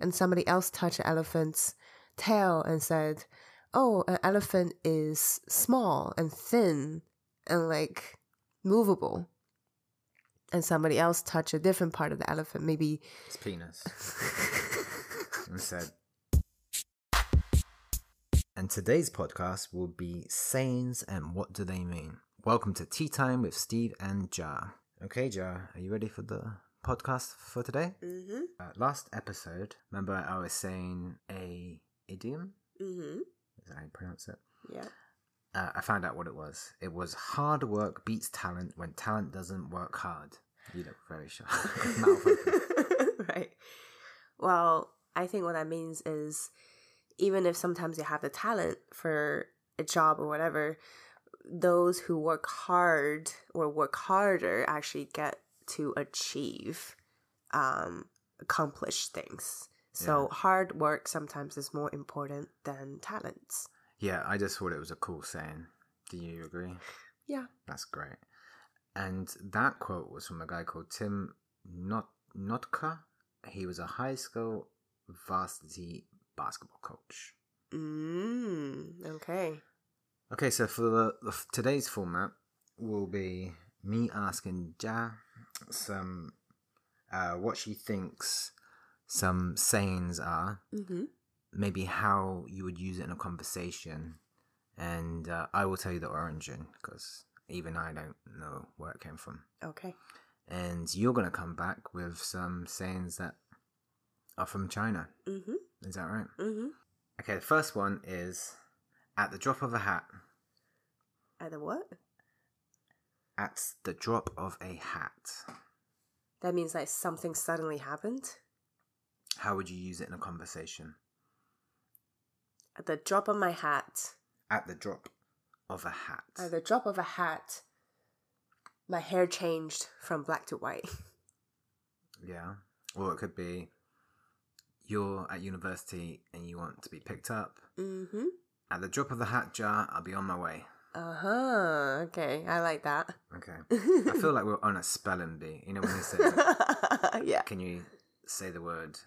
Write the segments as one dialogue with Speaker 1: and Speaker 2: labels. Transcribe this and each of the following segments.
Speaker 1: and somebody else touched elephant's tail and said, "Oh, an elephant is small and thin and like movable." And somebody else touched a different part of the elephant, maybe
Speaker 2: It's penis. and said. And today's podcast will be sayings and what do they mean. Welcome to Tea Time with Steve and Jar. Okay, Jar, are you ready for the podcast for today?
Speaker 1: Mm-hmm.
Speaker 2: Uh, last episode, remember I was saying a idiom?
Speaker 1: Mm-hmm.
Speaker 2: Is that how you pronounce it?
Speaker 1: Yeah.
Speaker 2: Uh, I found out what it was. It was hard work beats talent when talent doesn't work hard. You look very sure.
Speaker 1: right. Well, I think what that means is even if sometimes you have the talent for a job or whatever, those who work hard or work harder actually get to achieve, um, accomplish things. So hard work sometimes is more important than talents.
Speaker 2: yeah, I just thought it was a cool saying. Do you agree?
Speaker 1: Yeah.
Speaker 2: That's great. And that quote was from a guy called Tim Not Notka. He was a high school varsity basketball coach.
Speaker 1: Mm, okay.
Speaker 2: Okay, so for the, the f- today's format will be me asking Ja some uh, what she thinks some sayings are,
Speaker 1: Mm-hmm.
Speaker 2: maybe how you would use it in a conversation, and uh, I will tell you the origin because even I don't know where it came from.
Speaker 1: Okay.
Speaker 2: And you're gonna come back with some sayings that are from China.
Speaker 1: Mm-hmm.
Speaker 2: Is that right?
Speaker 1: Mm-hmm.
Speaker 2: Okay, the first one is at the drop of a hat.
Speaker 1: Either what?
Speaker 2: At the drop of a hat.
Speaker 1: That means like something suddenly happened.
Speaker 2: How would you use it in a conversation?
Speaker 1: At the drop of my hat,
Speaker 2: At the drop of a hat.
Speaker 1: at the drop of a hat, my hair changed from black to white.
Speaker 2: Yeah. Or it could be you're at university and you want to be picked up.
Speaker 1: Mm-hmm.
Speaker 2: At the drop of the hat jar, I'll be on my way.
Speaker 1: Uh-huh. Okay, I like that.
Speaker 2: Okay. I feel like we're on a spelling bee. You know when they say,
Speaker 1: yeah.
Speaker 2: can you say the word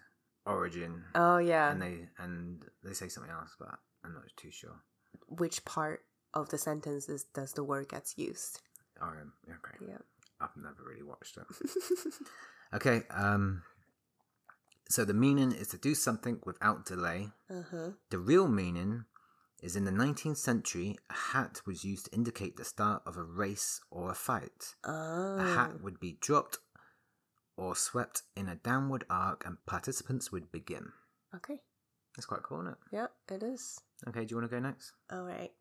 Speaker 2: origin?
Speaker 1: Oh yeah.
Speaker 2: And they and they say something else, but I'm not too sure.
Speaker 1: Which part of the sentence is, does the word gets used?
Speaker 2: Origin. Okay.
Speaker 1: Yeah.
Speaker 2: I've never really watched it. Okay. Um. So the meaning is to do something without delay.
Speaker 1: uh-huh.
Speaker 2: The real meaning is in the 19th century, a hat was used to indicate the start of a race or a fight.
Speaker 1: Oh.
Speaker 2: A hat would be dropped or swept in a downward arc, and participants would begin.
Speaker 1: Okay.
Speaker 2: That's quite cool, isn't it?
Speaker 1: Yeah, it is.
Speaker 2: Okay, do you want to go next?
Speaker 1: All right.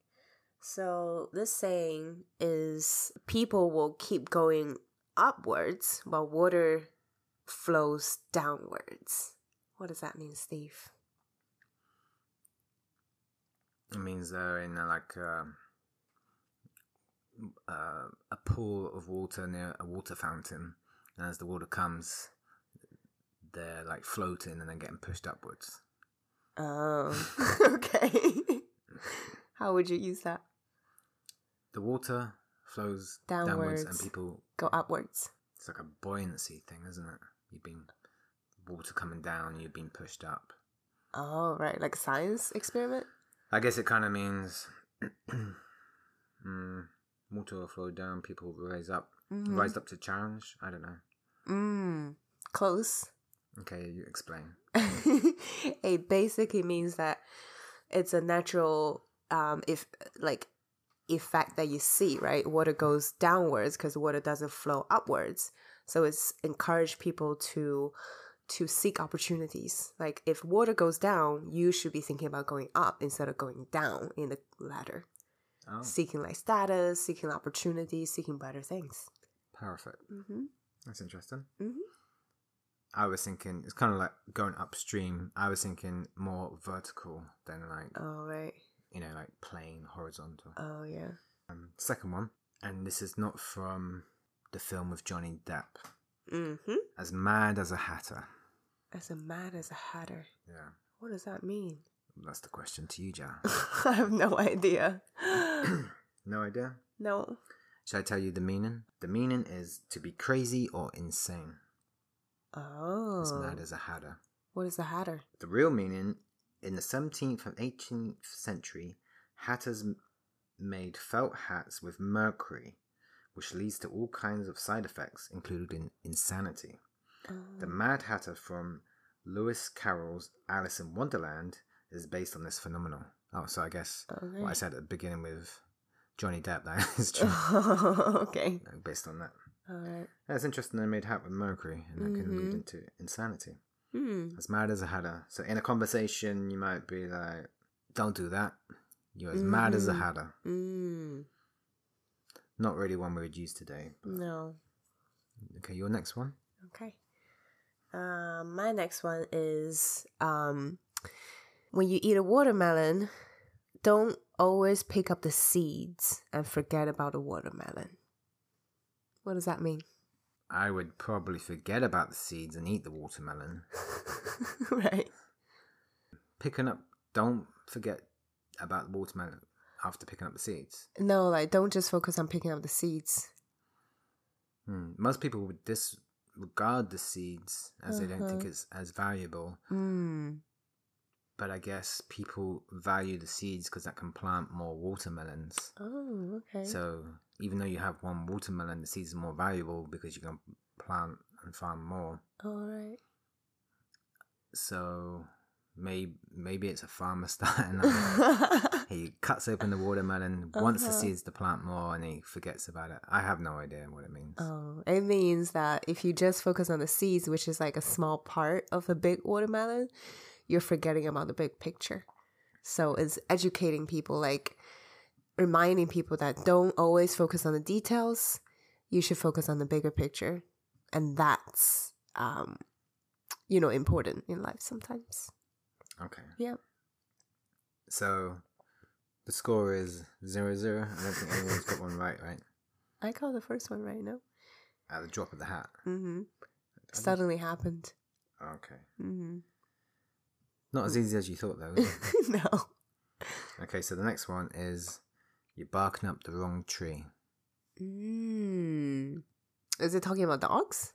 Speaker 1: So this saying is people will keep going upwards while water flows downwards. What does that mean, Steve?
Speaker 2: It means they're in a, like um, uh, a pool of water near a water fountain, and as the water comes, they're like floating and then getting pushed upwards.
Speaker 1: Oh, okay. How would you use that?
Speaker 2: The water flows downwards, and
Speaker 1: Downwards.
Speaker 2: people
Speaker 1: Go upwards.
Speaker 2: It's like a buoyancy thing, isn't it? You've been water coming down, you've been pushed up.
Speaker 1: Oh, right. Like a science experiment?
Speaker 2: I guess it kind of means mm, water will flow down, people will rise up,
Speaker 1: Mm.
Speaker 2: rise up to challenge. I don't know.
Speaker 1: Mm. Close.
Speaker 2: Okay, you explain.
Speaker 1: it basically means that it's a natural um if like effect that you see right water goes downwards because water doesn't flow upwards so it's encourage people to to seek opportunities like if water goes down you should be thinking about going up instead of going down in the ladder
Speaker 2: Oh,
Speaker 1: seeking like status seeking opportunities seeking better things
Speaker 2: perfect.
Speaker 1: mm-hmm.
Speaker 2: That's interesting.
Speaker 1: Mhm.
Speaker 2: I was thinking it's kind of like going upstream. I was thinking more vertical than like
Speaker 1: all right
Speaker 2: you know like plain horizontal.
Speaker 1: oh yeah
Speaker 2: Um, second one, and this is not from the film with Johnny Depp.
Speaker 1: mm-hmm
Speaker 2: As mad as a hatter.
Speaker 1: as a mad as a hatter
Speaker 2: Yeah,
Speaker 1: what does that mean
Speaker 2: that's the question to you, Jar.
Speaker 1: I have no idea.
Speaker 2: no idea.
Speaker 1: no.
Speaker 2: Should I tell you the meaning? The meaning is to be crazy or insane.
Speaker 1: Oh.
Speaker 2: As mad as a hatter.
Speaker 1: What is a hatter?
Speaker 2: The real meaning in the 17th and 18th century, hatters m- made felt hats with mercury, which leads to all kinds of side effects, including insanity. The
Speaker 1: Um,
Speaker 2: Mad Hatter from Lewis Carroll's Alice in Wonderland is based on this phenomenon. Oh, so I guess what I
Speaker 1: alright.
Speaker 2: said at the beginning with Johnny Depp, that is true.
Speaker 1: okay.
Speaker 2: Uh, based on that.
Speaker 1: All right.
Speaker 2: That's interesting they made hat with mercury and that can lead
Speaker 1: Mhm.
Speaker 2: into insanity.
Speaker 1: Hmm.
Speaker 2: As mad as a hatter. So in a conversation you might be like, Don't do that. You're as mad as a
Speaker 1: Mhm.
Speaker 2: hatter.
Speaker 1: Mm.
Speaker 2: Not really one we would use today. But...
Speaker 1: No.
Speaker 2: Okay, your next one.
Speaker 1: Okay. Um, my next one is um, when you eat a watermelon, don't always pick up the seeds and forget about the watermelon. What does that mean?
Speaker 2: I would probably forget about the seeds and eat the watermelon.
Speaker 1: right.
Speaker 2: Picking up don't forget about the watermelon after picking up the seeds.
Speaker 1: No, like don't just focus on picking up the seeds.
Speaker 2: Hmm. Most people would disregard the seeds as they don't think
Speaker 1: Uh-huh.
Speaker 2: it's as valuable.
Speaker 1: Mm.
Speaker 2: But I guess people value the seeds because that can plant more watermelons.
Speaker 1: Oh, okay.
Speaker 2: So even though you have one watermelon, the seeds are more valuable because you can plant and farm more.
Speaker 1: All right.
Speaker 2: So maybe maybe it's a farmer starting out. he cuts open the watermelon, wants the
Speaker 1: Uh-huh.
Speaker 2: seeds to plant more, and he forgets about it. I have no idea what it means.
Speaker 1: Oh, it means that if you just focus on the seeds, which is like a small part of the big watermelon, you're forgetting about the big picture. So it's educating people, like reminding people that don't always focus on the details. You should focus on the bigger picture, and that's, um, you know, important in life sometimes.
Speaker 2: Okay.
Speaker 1: Yep.
Speaker 2: So the score is zero zero. I don't think anyone's got one right, right?
Speaker 1: I call the first one right now.
Speaker 2: At the drop of the hat.
Speaker 1: Mm-hmm. Suddenly happened.
Speaker 2: Okay.
Speaker 1: Mm-hmm.
Speaker 2: Not as easy as you thought, though. is it?
Speaker 1: no.
Speaker 2: okay, so the next one is you're barking up the wrong tree.
Speaker 1: Mm. Is it talking about dogs?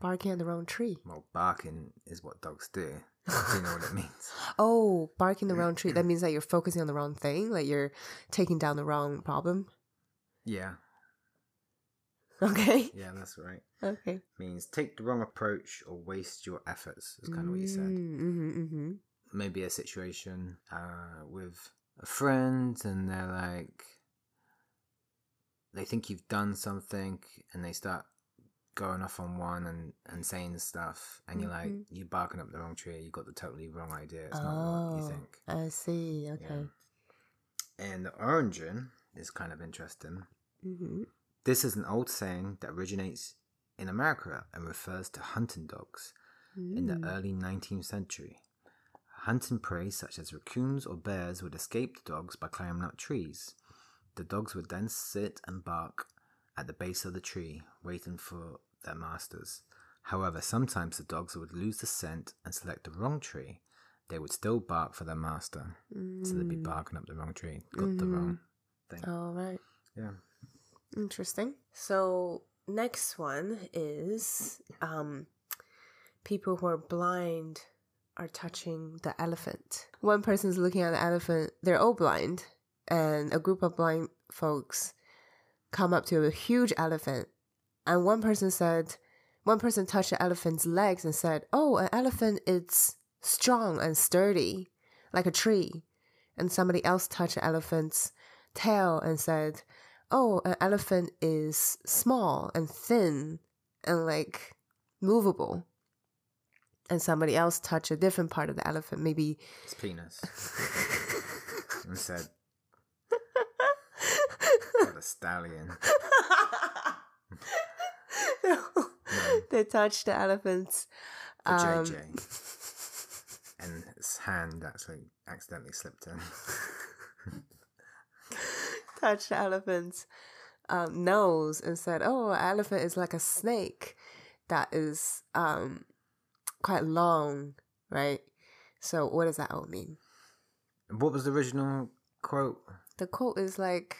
Speaker 1: Barking at the wrong tree.
Speaker 2: Well, barking is what dogs do. Do you know what it means?
Speaker 1: Oh, barking the wrong tree. That means that you're focusing on the wrong thing, like you're taking down the wrong problem.
Speaker 2: Yeah,
Speaker 1: Okay.
Speaker 2: yeah, that's right.
Speaker 1: Okay.
Speaker 2: Means take the wrong approach or waste your efforts. Is kind of what you said.
Speaker 1: Mm-hmm,
Speaker 2: maybe a situation uh, with a friend and they're like they think you've done something and they start going off on one and, and saying stuff and you're like
Speaker 1: Mhm.
Speaker 2: you're barking up the wrong tree you got the totally wrong idea it's not what
Speaker 1: Oh,
Speaker 2: you think
Speaker 1: I see. Okay.
Speaker 2: yeah. and the origin is kind of interesting
Speaker 1: Mm-hmm.
Speaker 2: this is an old saying that originates in america and refers to hunting dogs in
Speaker 1: Hmm. mm-hmm,
Speaker 2: the early 19th century. Hunting prey such as raccoons or bears would escape the dogs by climbing up trees. The dogs would then sit and bark at the base of the tree, waiting for their masters. However, sometimes the dogs would lose the scent and select the wrong tree. They would still bark for their master, so they'd be
Speaker 1: Hmm. mm-hmm.
Speaker 2: barking up the wrong tree. Got the wrong thing.
Speaker 1: All right.
Speaker 2: Yeah.
Speaker 1: Interesting. So next one is um people who are blind are touching the elephant. One person's looking at the elephant, they're all blind, and a group of blind folks come up to a huge elephant and one person said one person touched the elephant's legs and said, Oh, an elephant it's strong and sturdy, like a tree. And somebody else touched the elephant's tail and said, oh, an elephant is small and thin and like movable. And somebody else touched a different part of the elephant, maybe.
Speaker 2: It's penis. and said, What a stallion.
Speaker 1: they touched the elephant's.
Speaker 2: For
Speaker 1: um,
Speaker 2: JJ. and his hand actually accidentally slipped in.
Speaker 1: touched the elephant's um, nose and said, "Oh, an elephant is like a snake that is um, quite long, right?" So, what does that all mean?
Speaker 2: And what was the original quote?
Speaker 1: The quote is like,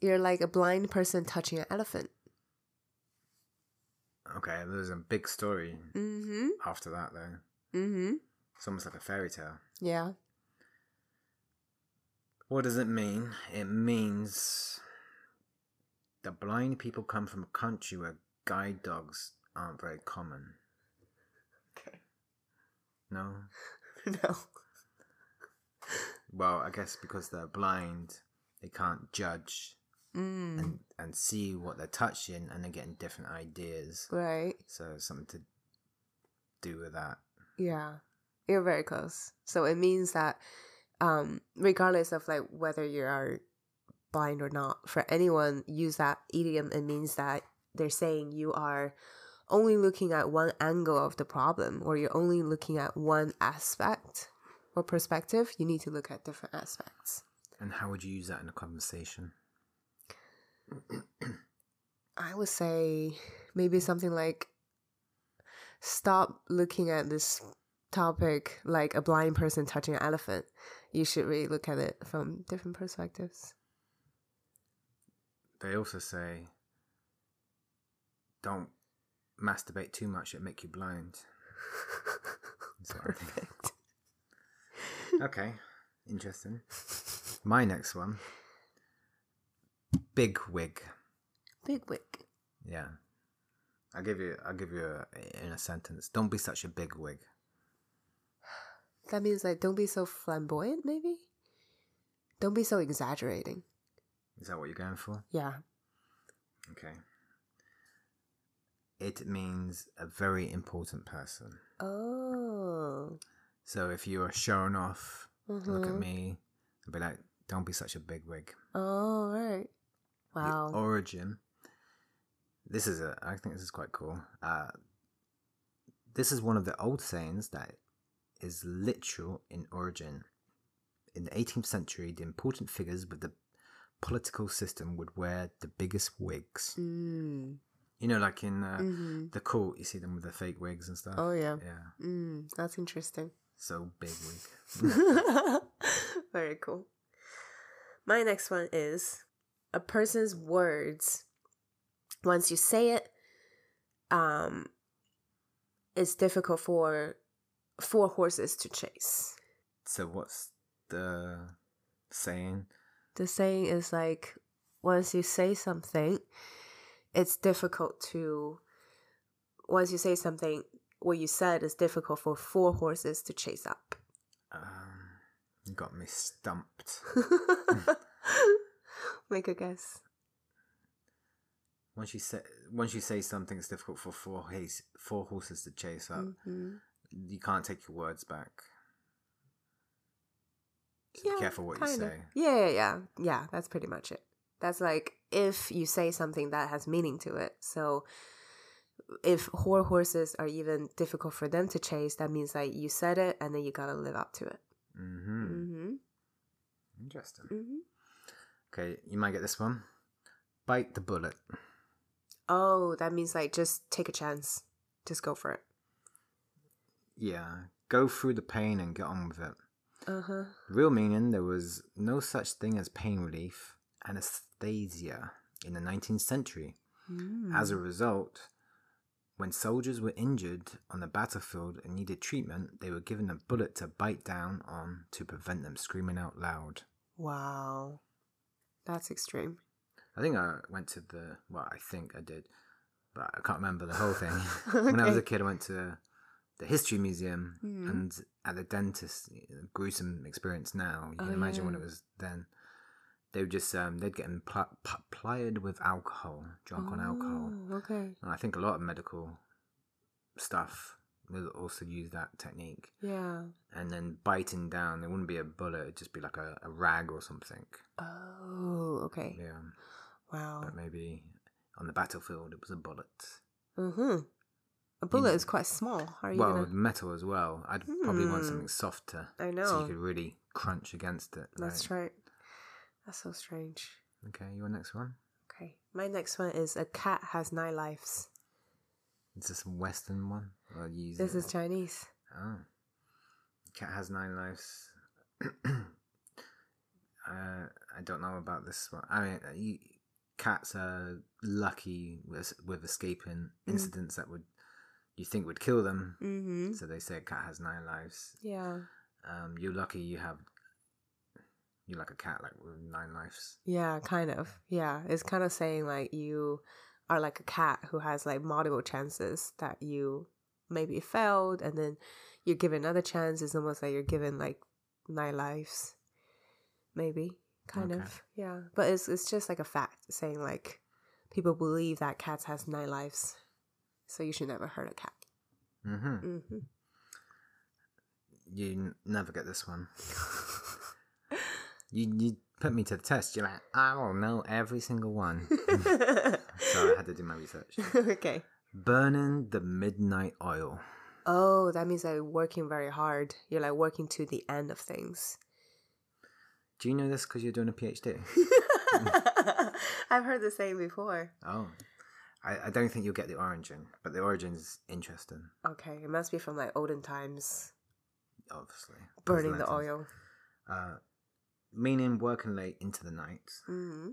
Speaker 1: "You're like a blind person touching an elephant."
Speaker 2: Okay, there's a big story
Speaker 1: Mm-hmm.
Speaker 2: after that, though.
Speaker 1: Mm-hmm.
Speaker 2: It's almost like a fairy tale.
Speaker 1: Yeah.
Speaker 2: What does it mean? It means the blind people come from a country where guide dogs aren't very common.
Speaker 1: Okay.
Speaker 2: No?
Speaker 1: No.
Speaker 2: Well, I guess because they're blind, they can't judge
Speaker 1: Mm.
Speaker 2: and, and see what they're touching and they're getting different ideas.
Speaker 1: Right.
Speaker 2: So, it's something to do with that.
Speaker 1: Yeah, you're very close. So it means that, um, regardless of like whether you are blind or not, for anyone use that idiom, it means that they're saying you are only looking at one angle of the problem, or you're only looking at one aspect or perspective. You need to look at different aspects.
Speaker 2: And how would you use that in a conversation?
Speaker 1: I would say maybe something like stop looking at this topic like a blind person touching an elephant. You should really look at it from different perspectives.
Speaker 2: They also say, don't masturbate too much, it'll make you blind. That's what I think.
Speaker 1: Perfect.
Speaker 2: Okay, interesting. My next one, big wig.
Speaker 1: Big wig.
Speaker 2: Yeah, I'll give you. I'll give you a, in a sentence. Don't be such a big wig.
Speaker 1: That means like don't be so flamboyant maybe? Don't be so exaggerating.
Speaker 2: Is that what you're going for?
Speaker 1: Yeah.
Speaker 2: Okay. It means a very important person.
Speaker 1: Oh.
Speaker 2: So if you are showing off, look at
Speaker 1: Mhm.
Speaker 2: me, and be like, "Don't be such a big wig."
Speaker 1: Oh right. Wow.
Speaker 2: the origin. This is a. I think this is quite cool. Uh, this is one of the old sayings that is literal in origin. In the 18th century, the important figures with the political system would wear the biggest wigs.
Speaker 1: Mm.
Speaker 2: You know, like in uh,
Speaker 1: hmm
Speaker 2: the court, you see them with the fake wigs and stuff.
Speaker 1: Oh yeah.
Speaker 2: Yeah,
Speaker 1: Mm. That's interesting.
Speaker 2: so big wig.
Speaker 1: Very cool. My next one is a person's words. Once you say it, um, it's difficult for four horses to chase.
Speaker 2: so what's the saying?
Speaker 1: The saying is like, once you say something, it's difficult to. Once you say something, what you said is difficult for four horses to chase up.
Speaker 2: Um, you got me stumped.
Speaker 1: Make a guess.
Speaker 2: Once you say once you say something, it's difficult for four haze, four horses to chase up.
Speaker 1: Mhm.
Speaker 2: You can't take your words back. So be careful what you
Speaker 1: kinda.
Speaker 2: say.
Speaker 1: Yeah, yeah, yeah. Yeah, that's pretty much it. That's like if you say something that has meaning to it. So if whore horses are even difficult for them to chase, that means like you said it and then you gotta live up to it.
Speaker 2: hmm
Speaker 1: Mm-hmm.
Speaker 2: Interesting.
Speaker 1: Mm-hmm.
Speaker 2: Okay, you might get this one. Bite the bullet.
Speaker 1: Oh, that means like just take a chance. Just go for it.
Speaker 2: Yeah, go through the pain and get on with it.
Speaker 1: Uh-huh.
Speaker 2: Real meaning: there was no such thing as pain relief anesthesia in the 19th century.
Speaker 1: Hmm.
Speaker 2: As a result, when soldiers were injured on the battlefield and needed treatment, they were given a bullet to bite down on to prevent them screaming out loud.
Speaker 1: wow. That's extreme.
Speaker 2: I think I went to the well, I think I did, but I can't remember the whole thing. When I was a
Speaker 1: Okay.
Speaker 2: kid, I went to the history museum
Speaker 1: Mhm.
Speaker 2: and at the dentist. you know, gruesome experience now. You can
Speaker 1: Oh,
Speaker 2: imagine what
Speaker 1: yeah.
Speaker 2: it was then. They would just um, they'd get them pl- pl- plied with alcohol, drunk on alcohol.
Speaker 1: Oh, Okay.
Speaker 2: And I think a lot of medical stuff will also use that technique.
Speaker 1: Yeah.
Speaker 2: And then biting down, it wouldn't be a bullet, it'd just be like a, a rag or something.
Speaker 1: Oh, okay.
Speaker 2: Yeah.
Speaker 1: Wow.
Speaker 2: But maybe on the battlefield, it was a bullet.
Speaker 1: Mm-hmm. A bullet is quite small. How are you
Speaker 2: well,
Speaker 1: gonna?
Speaker 2: metal as well. I'd probably want
Speaker 1: Hmm.
Speaker 2: something softer.
Speaker 1: I
Speaker 2: So
Speaker 1: know.
Speaker 2: you could really crunch against it.
Speaker 1: That's
Speaker 2: right?
Speaker 1: right. That's so strange.
Speaker 2: Okay, your next one.
Speaker 1: Okay. My next one is a cat has nine lives.
Speaker 2: Is this a Western one? Or you use
Speaker 1: This
Speaker 2: it-
Speaker 1: is Chinese.
Speaker 2: Oh. Cat has nine lives. uh, I don't know about this one. I mean, uh, you, cats are lucky with, with escaping incidents that would you think would kill them.
Speaker 1: Mm-hmm.
Speaker 2: So they say a cat has nine lives.
Speaker 1: Yeah.
Speaker 2: Um, you're lucky you have you're like a cat like with nine lives.
Speaker 1: Yeah, kind of. Yeah. It's kind of saying like you are like a cat who has like multiple chances that you maybe failed and then you're given another chance. It's almost like you're given like nine lives. Maybe. Kind
Speaker 2: Okay.
Speaker 1: of. Yeah. But it's it's just like a fact saying like people believe that cats has nine lives. So you should never hurt a cat.
Speaker 2: hmm
Speaker 1: hmm
Speaker 2: You n- never get this one. you you put me to the test. You're like I will know every single one. so I had to do my research.
Speaker 1: okay.
Speaker 2: Burning the midnight oil.
Speaker 1: Oh, that means like working very hard. You're like working to the end of things.
Speaker 2: Do you know this because you're doing a PhD?
Speaker 1: I've heard the saying before.
Speaker 2: Oh, I, I don't think you'll get the origin, but the origin's interesting,
Speaker 1: Okay, it must be from like olden times,
Speaker 2: obviously. Those
Speaker 1: burning the oil.
Speaker 2: lanterns. Uh, meaning working late into the night.
Speaker 1: hmm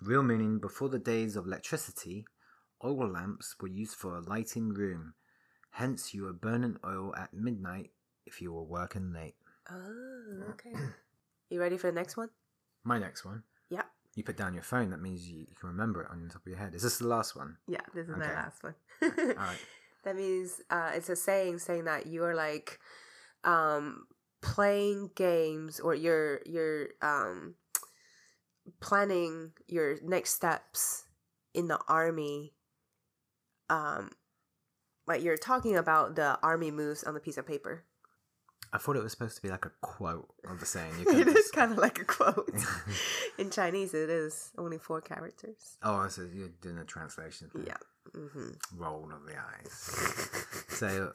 Speaker 2: Real meaning before the days of electricity, oil lamps were used for lighting room. Hence, you were burning oil at midnight if you were working late.
Speaker 1: Oh, okay. You ready for the next one?
Speaker 2: My next one.
Speaker 1: Yeah.
Speaker 2: You put down your phone, that means you, you can remember it on the top of your head. Is this the last one?
Speaker 1: Yeah, this is my
Speaker 2: Okay.
Speaker 1: last one.
Speaker 2: Alright.
Speaker 1: That means uh, it's a saying saying that you are like um, playing games or you're you're um, planning your next steps in the army. Um, like you're talking about the army moves on the piece of paper.
Speaker 2: I thought it was supposed to be like a quote of the saying. You
Speaker 1: it
Speaker 2: can't
Speaker 1: is
Speaker 2: just-
Speaker 1: kind of like a quote. in Chinese, it is only four characters.
Speaker 2: Oh, so you're doing a translation. thing.
Speaker 1: Yeah. hmm
Speaker 2: Roll of the eyes. so,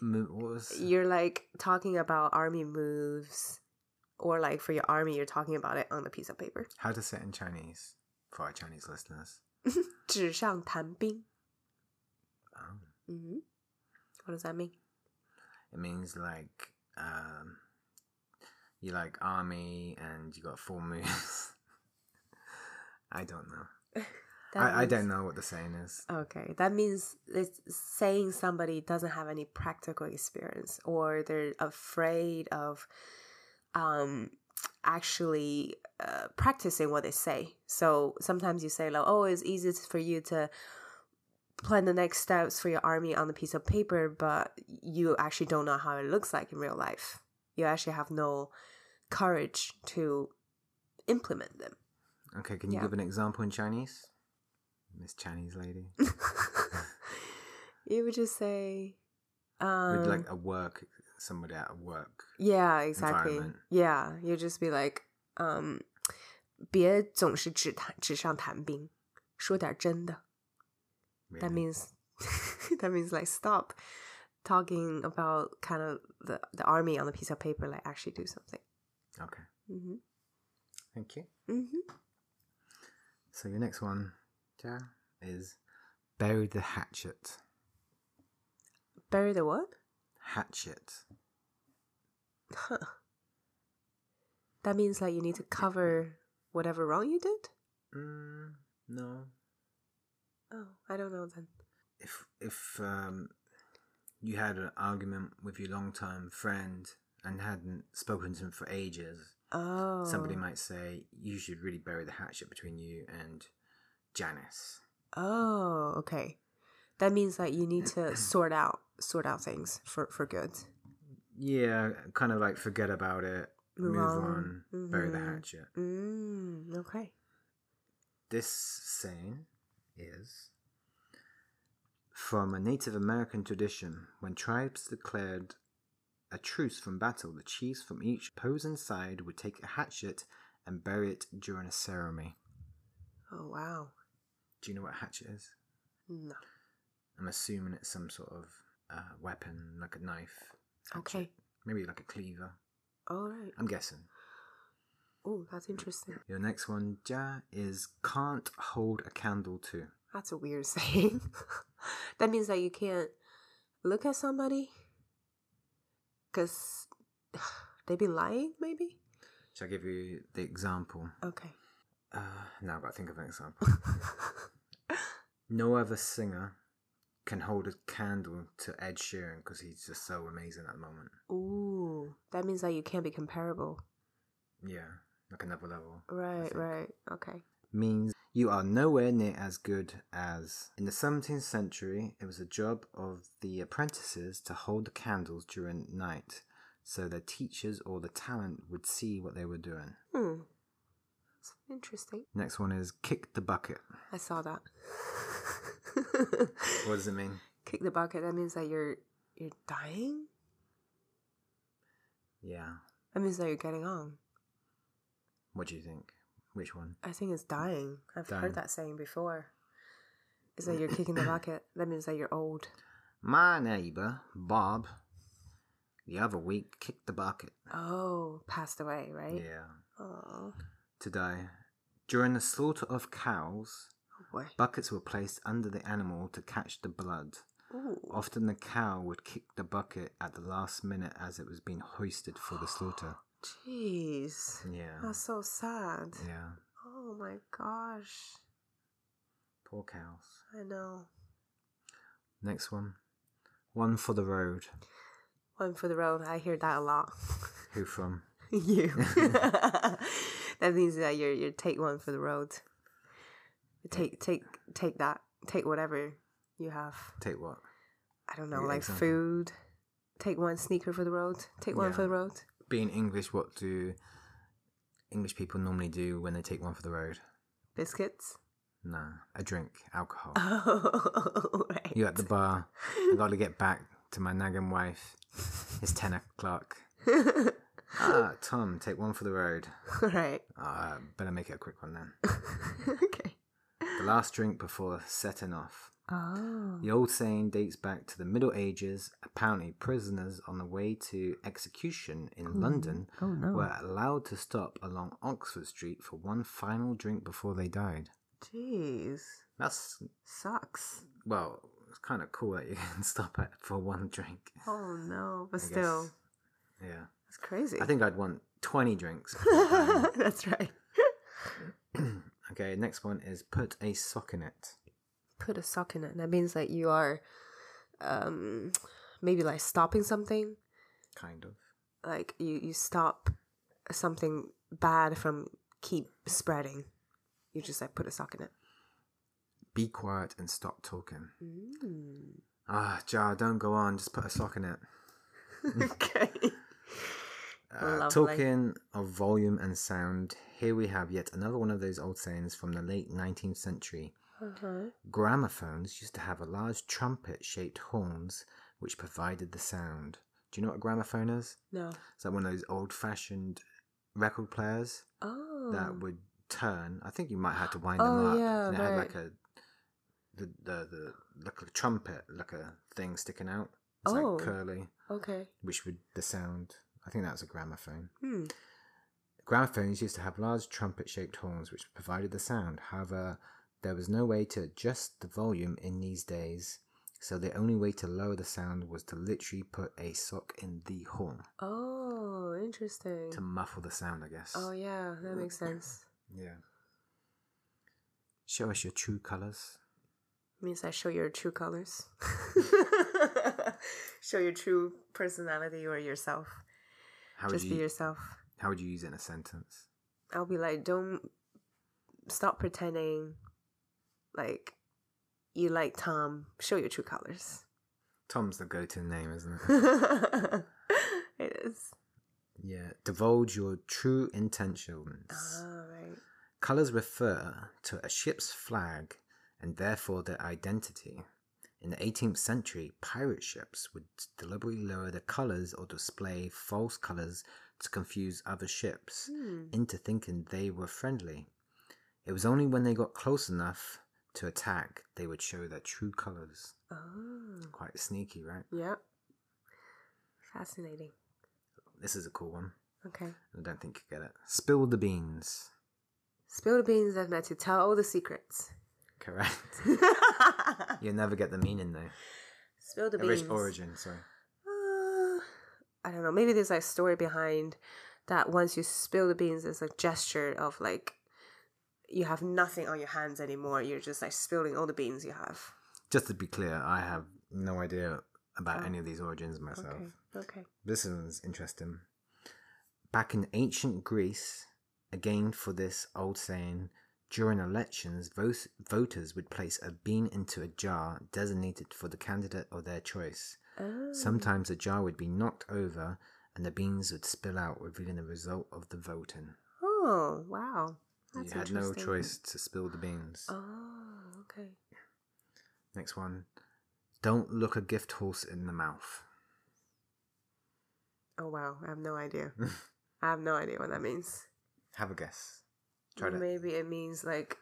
Speaker 2: mo- what was?
Speaker 1: you're like talking about army moves or like for your army you're talking about it on a piece of paper
Speaker 2: How to say it in Chinese for our Chinese listeners?
Speaker 1: 纸上谈兵.
Speaker 2: Oh,
Speaker 1: hmm what does that mean
Speaker 2: it means like um, you like army and you got four moves. I don't know. I, I don't know what the saying is.
Speaker 1: okay that means it's saying somebody doesn't have any practical experience or they're afraid of um actually uh, practicing what they say so sometimes you say like oh it's easy for you to plan the next steps for your army on a piece of paper, but you actually don't know how it looks like in real life. You actually have no courage to implement them.
Speaker 2: Okay, can you
Speaker 1: Yeah.
Speaker 2: give an example in Chinese? Miss Chinese lady,
Speaker 1: you would just say,
Speaker 2: With
Speaker 1: um,
Speaker 2: like a work somebody at a work.
Speaker 1: yeah, exactly.
Speaker 2: environment.
Speaker 1: Yeah, you just be like, um, 别总是纸谈纸上谈兵，说点真的。
Speaker 2: Really.
Speaker 1: That means that means like stop talking about kind of the, the army on a piece of paper, like actually do something.
Speaker 2: okay.
Speaker 1: Mm-hmm.
Speaker 2: Thank you.
Speaker 1: Mm-hmm.
Speaker 2: So your next one, Ja, is bury the hatchet.
Speaker 1: Bury the what?
Speaker 2: Hatchet.
Speaker 1: Huh. That means like you need to cover whatever wrong you did.
Speaker 2: Mm, no.
Speaker 1: Oh, I don't know then.
Speaker 2: If if um, you had an argument with your long-time friend and hadn't spoken to him for ages,
Speaker 1: Oh,
Speaker 2: somebody might say you should really bury the hatchet between you and Janice.
Speaker 1: Oh, okay. That means like you need to sort out sort out things for for good.
Speaker 2: Yeah, kind of like forget about it, move, on, bury the
Speaker 1: Mhm.
Speaker 2: hatchet.
Speaker 1: Mm, okay.
Speaker 2: This saying is from a Native American tradition. When tribes declared a truce from battle, the chiefs from each opposing side would take a hatchet and bury it during a ceremony.
Speaker 1: Oh wow.
Speaker 2: Do you know what a hatchet is?
Speaker 1: No.
Speaker 2: I'm assuming it's some sort of uh, weapon, like a knife,
Speaker 1: Okay.
Speaker 2: maybe like a cleaver.
Speaker 1: All right.
Speaker 2: I'm guessing.
Speaker 1: Oh, that's interesting.
Speaker 2: Your next one, Ja, is can't hold a candle to.
Speaker 1: That's a weird saying. that means that you can't look at somebody because they've been lying, maybe?
Speaker 2: Shall I give you the example?
Speaker 1: Okay.
Speaker 2: Uh, now I've got to think of an example. no other singer can hold a candle to Ed Sheeran because he's just so amazing at the moment.
Speaker 1: Ooh, that means that you can't be comparable.
Speaker 2: Yeah, like another level.
Speaker 1: Right,
Speaker 2: think.
Speaker 1: right. Okay.
Speaker 2: means you are nowhere near as good as. In the 17th century, it was the job of the apprentices to hold the candles during night so their teachers or the talent would see what they were doing.
Speaker 1: Hmm. It's interesting.
Speaker 2: Next one is kick the bucket.
Speaker 1: I saw that.
Speaker 2: What does it mean?
Speaker 1: Kick the bucket. That means that you're you're dying.
Speaker 2: Yeah.
Speaker 1: That means that you're getting on.
Speaker 2: What do you think? Which one?
Speaker 1: I think it's dying. I've
Speaker 2: Dying.
Speaker 1: heard that saying before. It's that you're kicking the bucket. That means that you're old.
Speaker 2: My neighbour, Bob, the other week kicked the bucket.
Speaker 1: Oh, passed away, right?
Speaker 2: Yeah.
Speaker 1: Oh,
Speaker 2: To die. During the slaughter of cows,
Speaker 1: oh boy.
Speaker 2: buckets were placed under the animal to catch the blood.
Speaker 1: Ooh.
Speaker 2: Often the cow would kick the bucket at the last minute as it was being hoisted for the slaughter.
Speaker 1: Jeez.
Speaker 2: Yeah.
Speaker 1: That's so sad.
Speaker 2: Yeah.
Speaker 1: Oh my gosh.
Speaker 2: Poor cows.
Speaker 1: I know.
Speaker 2: Next one. One for the road.
Speaker 1: One for the road. I hear that a lot.
Speaker 2: Who from?
Speaker 1: you. that means that you're you take one for the road. Take take take that. Take whatever you have.
Speaker 2: Take what?
Speaker 1: I don't know,
Speaker 2: Yeah,
Speaker 1: like
Speaker 2: exactly.
Speaker 1: food. Take one sneaker for the road. Take one for
Speaker 2: Yeah.
Speaker 1: the road.
Speaker 2: Being English, what do English people normally do when they take one for the road?
Speaker 1: Biscuits.
Speaker 2: Nah, a drink, alcohol.
Speaker 1: Oh, right.
Speaker 2: You're at the bar. I gotta get back to my nagging wife. It's 10 o'clock. Ah, Tom, take one for the road.
Speaker 1: right.
Speaker 2: Ah, better make it a quick one then.
Speaker 1: okay.
Speaker 2: The last drink before setting off.
Speaker 1: Oh.
Speaker 2: The old saying dates back to the Middle Ages. Apparently, prisoners on the way to execution in London
Speaker 1: Oh no.
Speaker 2: were allowed to stop along Oxford Street for one final drink before they died.
Speaker 1: Jeez.
Speaker 2: That's,
Speaker 1: Sucks.
Speaker 2: well, it's kind of cool that you can stop it for one drink.
Speaker 1: Oh no. But
Speaker 2: I guess.
Speaker 1: still,
Speaker 2: Yeah.
Speaker 1: it's crazy.
Speaker 2: I think I'd want 20 drinks. before dying.
Speaker 1: That's right.
Speaker 2: okay, next one is put a sock in it.
Speaker 1: Put a sock in it. That means that you are, um, maybe like stopping something.
Speaker 2: Kind of.
Speaker 1: Like you you stop something bad from keep spreading. You just like put a sock in it.
Speaker 2: Be quiet and stop talking.
Speaker 1: Mm.
Speaker 2: Ah, Jar, don't go on. Just put a sock in it.
Speaker 1: okay.
Speaker 2: Uh,
Speaker 1: Lovely.
Speaker 2: talking of volume and sound, here we have yet another one of those old sayings from the late 19th century.
Speaker 1: Uh-huh.
Speaker 2: Gramophones used to have a large trumpet shaped horns which provided the sound. Do you know what a gramophone is?
Speaker 1: No.
Speaker 2: It's like one of those old fashioned record players
Speaker 1: Oh.
Speaker 2: that would turn. I think you might have to wind them
Speaker 1: Oh,
Speaker 2: up.
Speaker 1: yeah,
Speaker 2: and it had
Speaker 1: right.
Speaker 2: like a the, the the like a trumpet, like a thing sticking out. It's
Speaker 1: Oh.
Speaker 2: like curly,
Speaker 1: Okay.
Speaker 2: which would the sound. I think that was a gramophone.
Speaker 1: Hmm.
Speaker 2: Gramophones used to have large trumpet shaped horns which provided the sound. However, there was no way to adjust the volume in these days, so the only way to lower the sound was to literally put a sock in the horn
Speaker 1: Oh, interesting.
Speaker 2: to muffle the sound, I guess.
Speaker 1: Oh yeah, that makes sense.
Speaker 2: yeah. Show us your true colours.
Speaker 1: Means I show your true colors. show your true personality or yourself.
Speaker 2: How would
Speaker 1: Just
Speaker 2: you
Speaker 1: be yourself.
Speaker 2: how would you use it in a sentence?
Speaker 1: I'll be like, don't stop pretending like you like Tom. Show your true colors.
Speaker 2: Tom's the go to name, isn't it?
Speaker 1: it is.
Speaker 2: yeah. Divulge your true intentions.
Speaker 1: All right.
Speaker 2: Colours refer to a ship's flag and therefore their identity. In the 18th century, pirate ships would deliberately lower their colours or display false colours to confuse other ships
Speaker 1: Hmm.
Speaker 2: into thinking they were friendly. It was only when they got close enough to attack they would show their true colours.
Speaker 1: Oh.
Speaker 2: Quite sneaky, right?
Speaker 1: Yep. Fascinating.
Speaker 2: This is a cool one.
Speaker 1: Okay.
Speaker 2: I don't think you get it. Spill the beans.
Speaker 1: Spill the beans that meant to tell all the secrets.
Speaker 2: Correct. You'll never get the meaning though.
Speaker 1: Spill the beans.
Speaker 2: Orig- Origin, sorry.
Speaker 1: Uh, I don't know. Maybe there's like story behind that. Once you spill the beans, it's a gesture of like you have nothing on your hands anymore. You're just like spilling all the beans you have.
Speaker 2: Just to be clear, I have no idea about
Speaker 1: Oh.
Speaker 2: any of these origins myself.
Speaker 1: Okay.
Speaker 2: This one's interesting. Back in ancient Greece, again for this old saying, during elections, vos- voters would place a bean into a jar designated for the candidate of their choice.
Speaker 1: Oh.
Speaker 2: Sometimes the jar would be knocked over and the beans would spill out, revealing the result of the voting.
Speaker 1: Oh wow. That's
Speaker 2: you had no
Speaker 1: interesting.
Speaker 2: choice to spill the beans.
Speaker 1: Oh okay.
Speaker 2: Next one. Don't look a gift horse in the mouth.
Speaker 1: Oh wow. I have no idea. I have no idea what that means.
Speaker 2: Have a guess. Try to.
Speaker 1: maybe it means like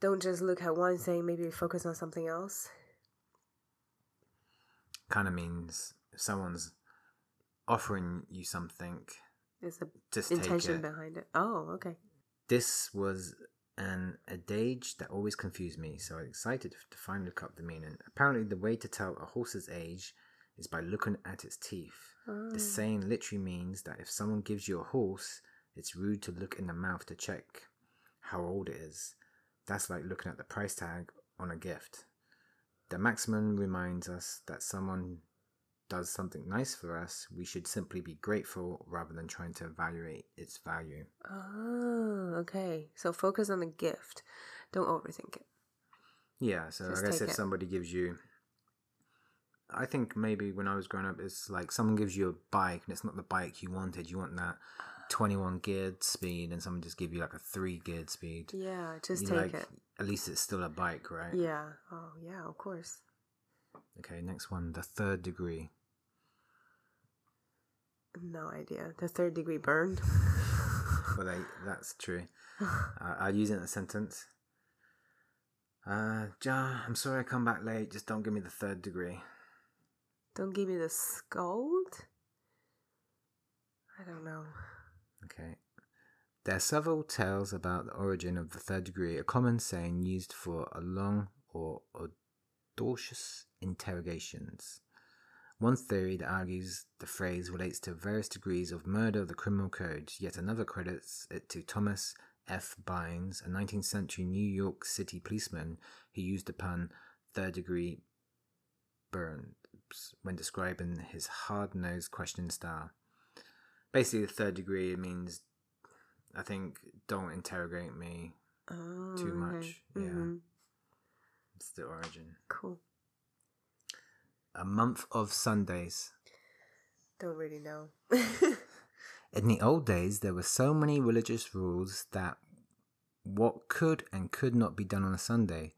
Speaker 1: don't just look at one thing. Maybe focus on something else.
Speaker 2: kind of means if someone's offering you something,
Speaker 1: There's a
Speaker 2: just take
Speaker 1: intention
Speaker 2: it.
Speaker 1: behind it. Oh okay.
Speaker 2: This was an adage that always confused me, so I was excited to finally look up the meaning. Apparently, the way to tell a horse's age is by looking at its teeth.
Speaker 1: Oh.
Speaker 2: The saying literally means that if someone gives you a horse, it's rude to look in the mouth to check how old it is. That's like looking at the price tag on a gift. The maximum reminds us that someone does something nice for us, we should simply be grateful rather than trying to evaluate its value.
Speaker 1: Oh, okay. So focus on the gift. Don't overthink it.
Speaker 2: Yeah, so
Speaker 1: Just
Speaker 2: I guess
Speaker 1: take
Speaker 2: if
Speaker 1: it.
Speaker 2: somebody gives you, I think maybe when I was growing up, it's like someone gives you a bike and it's not the bike you wanted. You want that twenty-one geared speed, and someone just give you like a three geared speed.
Speaker 1: Yeah, just
Speaker 2: You
Speaker 1: take
Speaker 2: like,
Speaker 1: it.
Speaker 2: At least it's still a bike, right?
Speaker 1: Yeah. Oh, yeah, of course.
Speaker 2: Okay, next one, the third degree.
Speaker 1: No idea. The third degree burn.
Speaker 2: Well, they, that's true. I I'll use it in a sentence. Uh, Ja, I'm sorry I come back late. Just don't give me the third degree.
Speaker 1: Don't give me the scold. I don't know.
Speaker 2: Okay. There are several tales about the origin of the third degree, a common saying used for a long or audacious interrogations. One theory that argues the phrase relates to various degrees of murder of the criminal code, yet another credits it to Thomas F. Bynes, a 19th century New York City policeman who used the pun third degree burns when describing his hard nosed question style basically the third degree means i think don't interrogate me
Speaker 1: Oh,
Speaker 2: much, yeah.
Speaker 1: Mhm.
Speaker 2: it's the origin
Speaker 1: Cool.
Speaker 2: a month of sundays
Speaker 1: Don't really know.
Speaker 2: in the old days there were so many religious rules that what could and could not be done on a sunday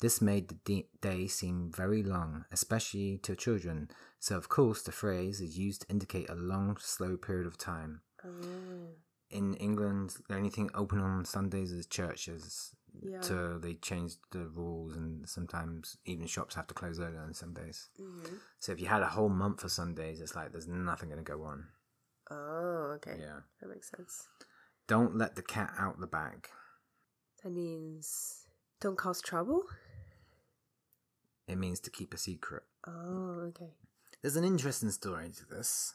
Speaker 2: this made the de- day seem very long especially to children so of course the phrase is used to indicate a long slow period of time
Speaker 1: oh,
Speaker 2: in england the only thing open on sundays is churches
Speaker 1: yeah.
Speaker 2: So they changed the rules, and sometimes even shops have to close earlier on some days.
Speaker 1: Mhm.
Speaker 2: So if you had a whole month of Sundays, it's like there's nothing going to go on.
Speaker 1: Oh, okay.
Speaker 2: Yeah.
Speaker 1: That makes sense.
Speaker 2: Don't let the cat out the bag.
Speaker 1: That means don't cause trouble.
Speaker 2: It means to keep a secret.
Speaker 1: Oh, okay.
Speaker 2: There's an interesting story to this.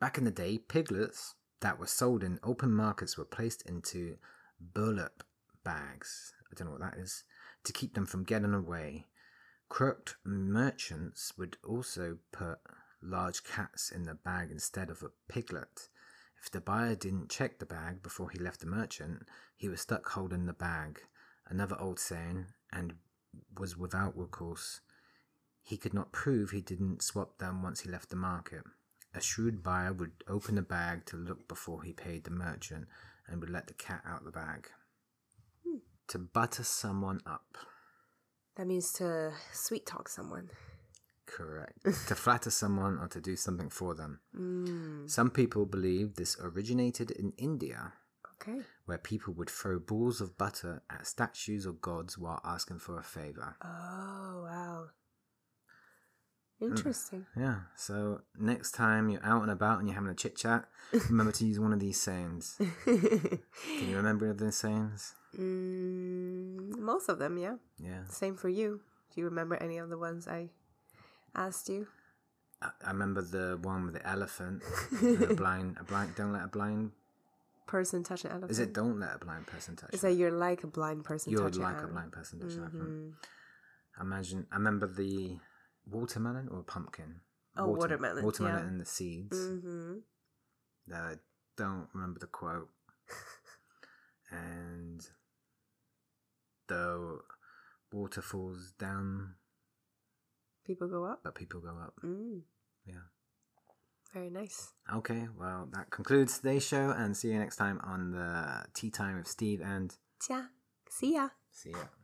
Speaker 2: Back in the day, piglets that were sold in open markets were placed into burlap bags. I don't know what that is. To keep them from getting away. Crooked merchants would also put large cats in the bag instead of a piglet. If the buyer didn't check the bag before he left the merchant, he was stuck holding the bag. Another old saying, and was without recourse. He could not prove he didn't swap them once he left the market. A shrewd buyer would open the bag to look before he paid the merchant and would let the cat out the bag. To butter someone up.
Speaker 1: That means to sweet talk someone.
Speaker 2: Correct. to flatter someone or to do something for them.
Speaker 1: Mm.
Speaker 2: Some people believe this originated in India,
Speaker 1: Okay.
Speaker 2: where people would throw balls of butter at statues or gods while asking for a favor.
Speaker 1: Oh, wow. Hmm. Interesting.
Speaker 2: Yeah. So next time you're out and about and you're having a chit chat, remember to use one of these sayings. Can you remember any of these sayings?
Speaker 1: mm, most of them, yeah.
Speaker 2: Yeah.
Speaker 1: Same for you. Do you remember any of the ones I asked you?
Speaker 2: I, I remember the one with the elephant, and the blind, a blind. Don't let a blind
Speaker 1: person touch an elephant.
Speaker 2: Is it don't let a blind person touch
Speaker 1: It's
Speaker 2: it?
Speaker 1: like you're like a blind person.
Speaker 2: You're
Speaker 1: touch an
Speaker 2: like a
Speaker 1: ele-
Speaker 2: blind person touch an elephant.
Speaker 1: Mhm.
Speaker 2: Imagine, I remember the watermelon or pumpkin?
Speaker 1: Oh,
Speaker 2: Water-
Speaker 1: watermelon,
Speaker 2: Watermelon
Speaker 1: yeah.
Speaker 2: and the seeds.
Speaker 1: Mhm.
Speaker 2: I don't remember the quote. and the water falls down,
Speaker 1: People go up.
Speaker 2: but people go up.
Speaker 1: Mm.
Speaker 2: Yeah.
Speaker 1: Very nice.
Speaker 2: Okay, well, that concludes today's show, and see you next time on the Tea Time with Steve, and
Speaker 1: Yeah. See ya.
Speaker 2: see ya.